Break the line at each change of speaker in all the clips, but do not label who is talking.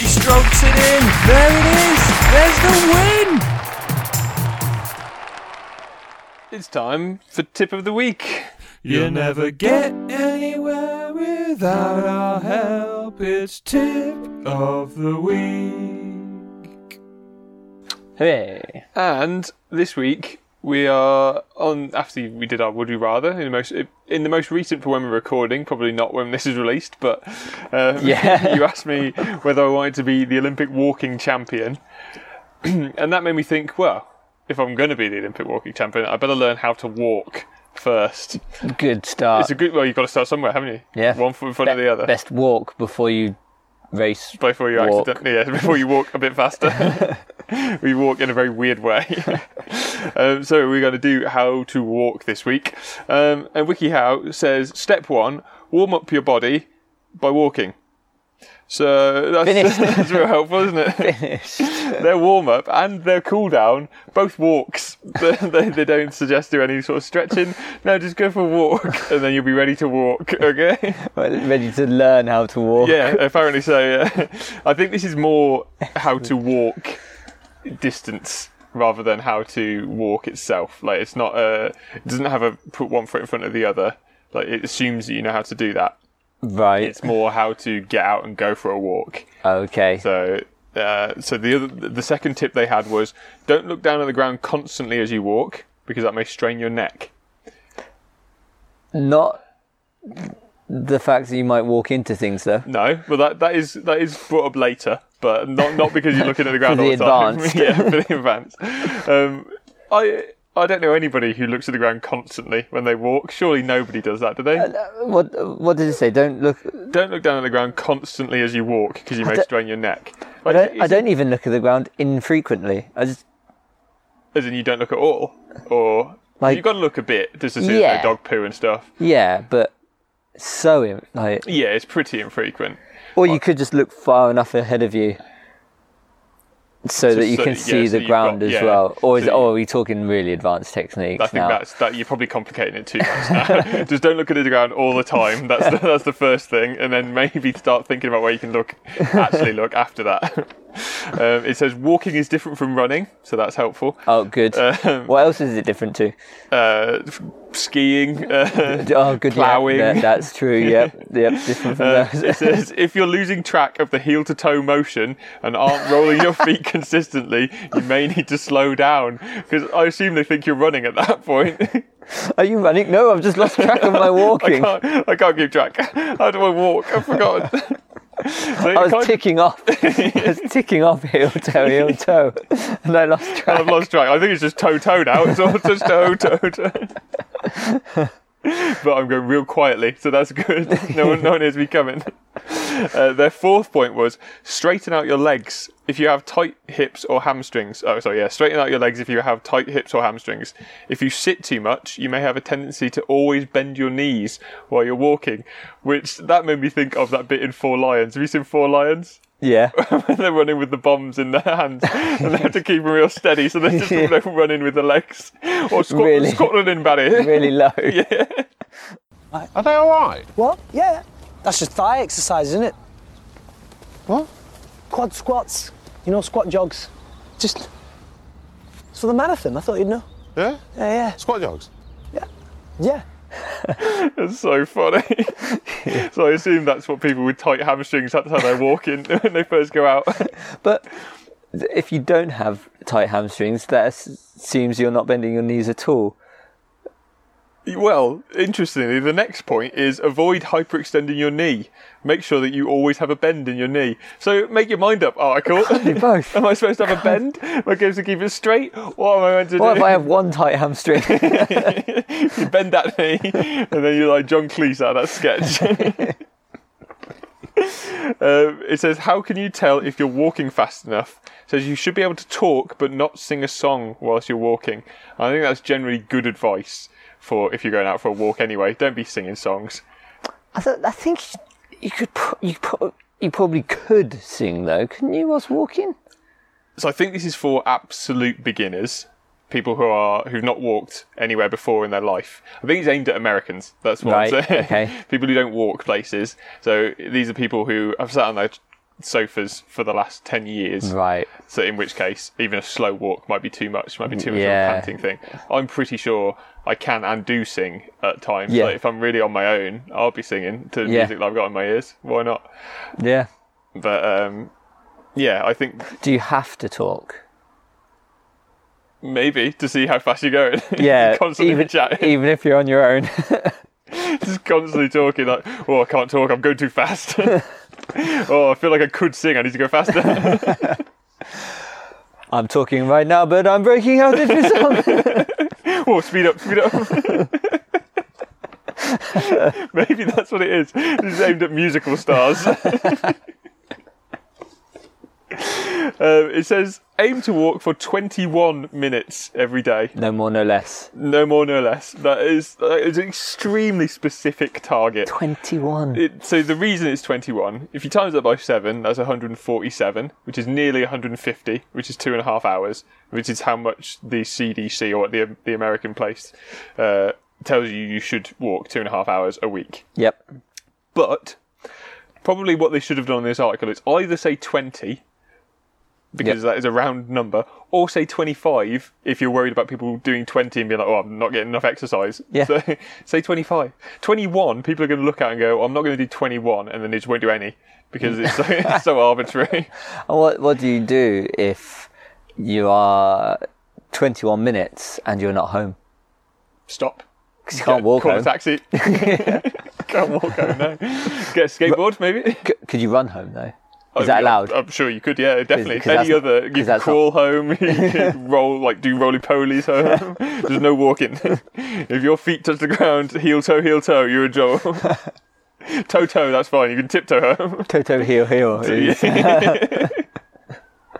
it in. There it is. There's the win. It's time for tip of the week.
You'll never get anywhere without our help. It's tip of the week.
Hey. And this week we are on after we did our would we rather in the most in the most recent for when we're recording, probably not when this is released, but um,
Yeah.
you asked me whether I wanted to be the Olympic walking champion, and that made me think. Well, if I'm going to be the Olympic walking champion, I better learn how to walk first.
Good start.
It's a good. Well, you've got to start somewhere, haven't you?
Yeah.
One foot in front of
Be-
the other.
Best walk before you race.
Before you
Walk.
accidentally, yeah, before you walk a bit faster, we walk in a very weird way. um, so we're going to do how to walk this week. Um, and WikiHow says step one: warm up your body by walking. So that's,
Finished.
that's real helpful, isn't it? Their warm up and their cool down, both walks. they, they, they don't suggest do any sort of stretching. No, just go for a walk, and then you'll be ready to walk. Okay.
Well, Ready to learn how to walk.
Yeah, apparently so. Yeah, I think this is more how to walk distance rather than how to walk itself. Like it's not a, it doesn't have a put one foot in front of the other. Like it assumes that you know how to do that.
Right.
It's more how to get out and go for a walk.
okay.
So. Uh, so the other, the second tip they had was don't look down at the ground constantly as you walk because that may strain your neck.
Not the fact that you might walk into things though.
No, well that that is that is brought up later, but not not because you're looking at the ground
For
all
the
the time.
advanced.
yeah, for the advanced. Um, I I don't know anybody who looks at the ground constantly when they walk. Surely nobody does that, do they?
Uh, What What did it say? Don't look.
don't look down at the ground constantly as you walk because you may
don't-
strain your neck.
I
Like,
don't,
is
I
it-
don't even look at the ground infrequently. I just
As in, you don't look at all, or
Like-
you've got to look a bit just to see
Yeah.
there's no dog poo and stuff.
yeah, but so in- like,
Yeah, it's pretty infrequent.
or
Uh,
you could just look far enough ahead of you. So that you
so-
can
yeah,
see
so
the
you've
ground
got-
as
yeah.
well, or is
So
oh,
you-
are we talking really advanced techniques
I think
now?
that's that. You're probably complicating it too much now. Just don't look at the ground all the time. That's the, that's the first thing, and then maybe start thinking about where you can look, actually look after that. Um, it says walking is different from running, so that's helpful.
Oh, good.
Um,
what else is it different to?
Uh, f- skiing. Uh,
Oh, good. yeah,
Ploughing.
that- that's true. Yep. Yep. Different from
uh,
those.
it says if you're losing track of the heel to toe motion and aren't rolling your feet consistently, you may need to slow down because I assume they think you're running at that point.
Are you running? No, I've just lost track of my
I
walking. I,
can't, I can't keep track. How do I walk? I've forgotten. So it kind
was
of-
ticking off. I was ticking off heel toe, heel toe, and I lost track.
I've lost track. I think it's just toe toe now. It's all just toe toe toe. but I'm going real quietly, so that's good. No one, no one hears me coming. Uh, their fourth point was straighten out your legs if you have tight hips or hamstrings. Oh, sorry, yeah, straighten out your legs if you have tight hips or hamstrings. If you sit too much, you may have a tendency to always bend your knees while you're walking, which that made me think of that bit in Four Lions. Have you seen Four Lions?
Yeah.
and they're running with the bombs in their hands and they have to keep them real steady so they just
Yeah.
don't run in with the legs or Scot-
Really?
Scotland in Barry.
Really low.
Are they all right?
What? Yeah. That's just thigh exercise, isn't it?
What?
Quad squats. You know, squat jogs. Just. It's for the marathon. I thought you'd know.
Yeah?
Yeah,
Squat jogs?
yeah. Yeah.
It's so funny. so I assume that's what people with tight hamstrings, that's how they're walking when they first go out.
But if you don't have tight hamstrings, that s- seems you're not bending your knees at all.
well, interestingly, the next point is avoid hyperextending your knee. Make sure that you always have a bend in your knee. So make your mind up, article.
Do both.
Am I supposed to have a bend? Am I supposed to keep it straight? What am I meant to
What
do?
if I have one tight hamstring?
you bend that knee, and then you're like John Cleese out of that sketch. um, it says, "How can you tell if you're walking fast enough?" It says you should be able to talk but not sing a song whilst you're walking. I think that's generally good advice for if you're going out for a walk anyway. Don't be singing songs.
I, thought, I think you could. pro- You, pro- you probably could sing though, couldn't you? Whilst walking.
So I think this is for absolute beginners. People who are who've not walked anywhere before in their life. I think it's aimed at Americans. That's what I'm
Right,
saying.
okay.
people who don't walk places. So these are people who have sat on their sofas for the last 10 years.
Right.
So, in which case, even a slow walk might be too much, might be too much
Yeah.
of a panting thing. I'm pretty sure I can and do sing at times.
Yeah.
Like, if I'm really on my own, I'll be singing to the
Yeah.
music that I've got in my ears. Why not?
Yeah.
But, um, yeah, I think
Do you have to talk?
maybe to see how fast you're going.
Yeah.
constantly
even,
chatting,
even if you're on your own.
just constantly talking. Like, oh, I can't talk. I'm going too fast. oh, I feel like I could sing. I need to go faster.
I'm talking right now, but I'm breaking out into song.
Oh, speed up, speed up. Maybe that's what it is. It's aimed at musical stars. um, it says aim to walk for 21 minutes every day.
no more, no less.
No more, no less. That is, that is an extremely specific target.
21.
It, so the reason it's 21, if you times that by 7, that's 147, which is nearly 150, which is two and a half hours, which is how much the CDC or the the American place uh, tells you you should walk two and a half hours a week.
Yep.
But probably what they should have done in this article is either say 20 because that is a round number, or say 25 if you're worried about people doing 20 and being like, oh, I'm not getting enough exercise.
Yeah.
So say 25. 21, people are going to look at and go, I'm not going to do 21, and then they just won't do any because it's so, it's so arbitrary.
And what, what do you do if you are 21 minutes and you're not home?
Stop.
Because you can't walk
Call
home.
a taxi. Can't walk home, no. Get a skateboard, maybe.
C- Could you run home, though? Is
Oh,
that
yeah,
allowed?
I'm sure you could, yeah, definitely.
'cause that's
Any
not-
other,
'cause
you can
that's
crawl home, you can roll, like do roly polies home. There's no walking. if your feet touch the ground, heel toe, heel toe, you're a Joel. toe toe, that's fine. You can tiptoe home.
Toto heel heel.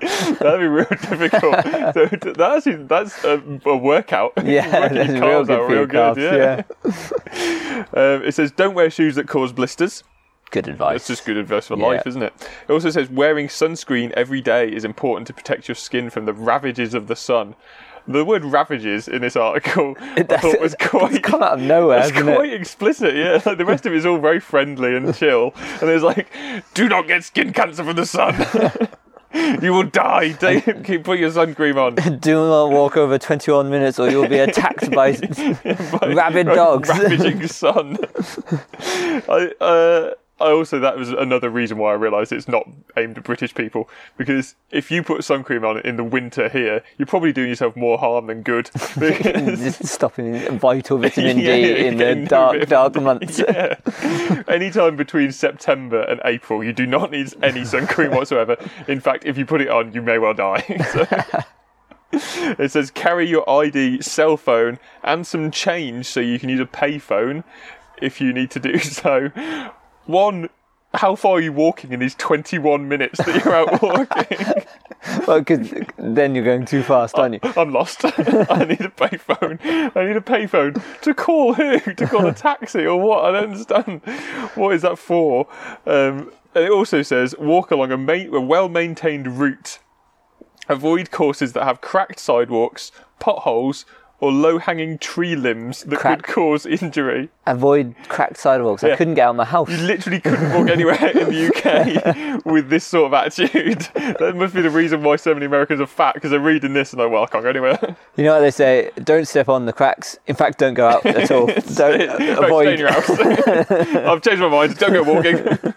That'd be real difficult. so t- that's that's a, a workout.
Yeah,
Working your
that's real
calves
good
out
for your calves. Yeah.
Um, it says don't wear shoes that cause blisters.
Good advice.
That's just good advice for
Yeah.
life, isn't it? It also says wearing sunscreen every day is important to protect your skin from the ravages of the sun. The word ravages in this article I thought was quite
It's come out of nowhere,
it's
hasn't it?
quite explicit, yeah. Like the rest of it is all very friendly and chill. And there's like, do not get skin cancer from the sun. you will die. Don't keep put your suncream on.
Do not walk over 21 minutes or you'll be attacked by.
by-
Rabid
by
dogs.
Ravaging sun. I, uh, I also, that was another reason why I realised it's not aimed at British people. Because if you put sun cream on in the winter here, you're probably doing yourself more harm than good. Because-
just stopping vital vitamin D
Yeah, yeah,
in
getting
the
a
dark,
bit-
dark months.
yeah. Anytime between September and April, you do not need any sun cream whatsoever. In fact, if you put it on, you may well die. So- it says carry your ID, cell phone, and some change so you can use a payphone if you need to do so. One. How far are you walking in these 21 minutes that you're out walking?
Well, 'cause then you're going too fast, aren't you?
I'm lost. I need a payphone. I need a payphone to call who? To call a taxi or what? I don't understand. What is that for? Um, and it also says walk along a, ma- a well-maintained route. Avoid courses that have cracked sidewalks, potholes, or low-hanging tree limbs that
Crack-
could cause injury.
Avoid cracked sidewalks. I
Yeah.
couldn't get out of my house.
You literally couldn't walk anywhere in the UK with this sort of attitude. That must be the reason why so many Americans are fat because they're reading this and they're like, well, I can't go anywhere.
You know what they say? Don't step on the cracks. In fact, don't go out at all. don't
Don't stay in
avoid.
your house. I've changed my mind. Don't go walking.